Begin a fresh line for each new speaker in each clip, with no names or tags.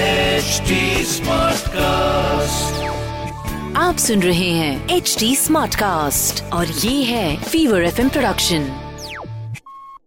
HD Smartcast.
आप सुन रहे हैं एच डी स्मार्ट कास्ट और ये है fever F production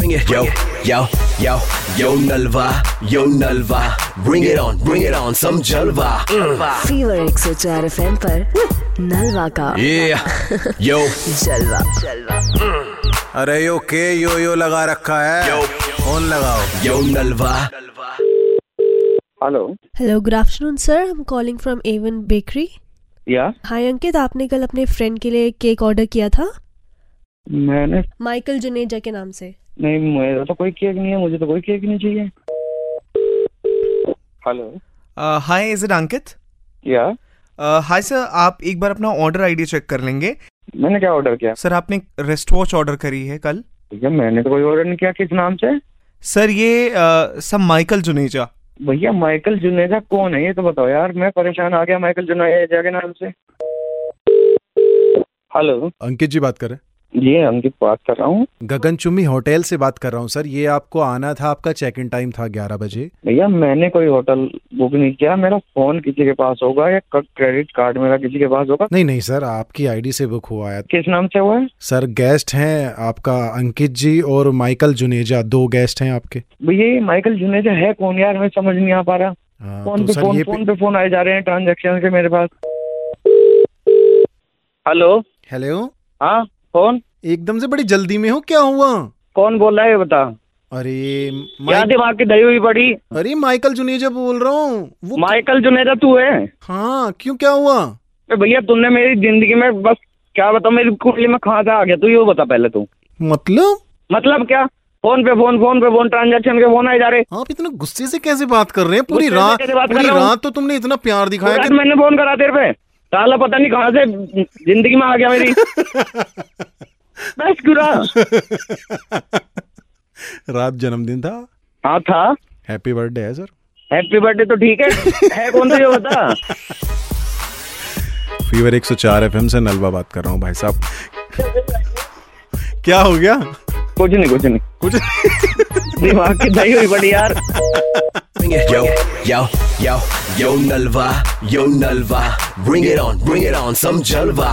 Bring it. Yo, yo, yo, yo Nalva, yo Nalva. Bring it on, bring it on, some Jalva. Mm.
Fever एक सौ चार एफ एम नलवा का
Yeah, yo,
जलवा जलवा
अरे यो के यो यो लगा रखा है
Yo.
फोन लगाओ
yo Nalva.
Hello
hello good afternoon sir हम कॉलिंग फ्रॉम एवन बेकरी
या
हाय अंकित आपने कल अपने फ्रेंड के लिए केक ऑर्डर किया था
मैंने
माइकल जुनेजा के नाम से
नहीं मेरा तो कोई केक नहीं है मुझे तो कोई केक नहीं चाहिए hello
hi is it Ankit
या
हाय सर Uh, आप एक बार अपना ऑर्डर आईडी चेक कर लेंगे
मैंने क्या ऑर्डर किया
सर आपने रेस्ट वॉच ऑर्डर करी है कल
भैया मैंने तो कोई ऑर्डर नहीं किया किस नाम से
सर ये uh, सब माइकल जुनेजा
भैया माइकल जुनेजा कौन है ये तो बताओ यार मैं परेशान आ गया माइकल जुनेजा के नाम से हेलो
अंकित जी बात कर रहे हैं
जी अंकित बात कर रहा हूँ
गगनचुम्बी होटल से बात कर रहा हूँ सर ये आपको आना था आपका चेक इन टाइम था ग्यारह बजे
भैया मैंने कोई होटल बुक नहीं किया मेरा फोन किसी के पास होगा या क्रेडिट कार्ड मेरा किसी के पास होगा
नहीं नहीं सर आपकी आईडी से बुक हुआ है
किस नाम से हुआ है
सर गेस्ट हैं आपका अंकित जी और माइकल जुनेजा दो गेस्ट हैं आपके
भैया ये माइकल जुनेजा है कौन यार मैं समझ नहीं आ पा रहा
हाँ,
फोन
तो
पे
सर
फोन
ये
फोन पे फोन आए जा रहे हैं ट्रांजेक्शन के मेरे पास हेलो
हेलो
हाँ कौन
एकदम से बड़ी जल्दी में हो क्या हुआ
कौन बोल रहा है ये बता
अरे
क्या
माइक,
दिमाग की दही हुई पड़ी
अरे माइकल जुनेजा बोल रहा हूँ वो
माइकल जुनेजा तू है
हाँ क्यों क्या हुआ
अरे भैया तुमने मेरी जिंदगी में बस क्या बताऊँ मेरी कुंडली में खासा आ गया तू ये बता पहले तू
मतलब
मतलब क्या फोन पे फोन फोन पे फोन ट्रांजेक्शन के फोन आए जा रहे
आप इतना गुस्से से कैसे बात कर रहे हैं पूरी
गुस्से से
रात
कैसे बात कर
पूरी
रहा हूँ?
रात तो तुमने इतना प्यार दिखाया
रात
कि
मैंने फोन करा तेरे पे साला पता नहीं कहाँ से जिंदगी में आ गया मेरी बस गुरा
रात जन्मदिन था
हाँ था
हैप्पी बर्थडे है सर
हैप्पी बर्थडे तो ठीक है है कौन सा ये बता
फीवर 104 एफएम से नलवा बात कर रहा हूँ भाई साहब क्या हो गया
कुछ नहीं कुछ नहीं
कुछ
दिमाग की दही हुई बड़ी यार
Bring it, yo, yo, yo, yo Nalva, yo Nalva. Bring it on, bring it on, some Jalva.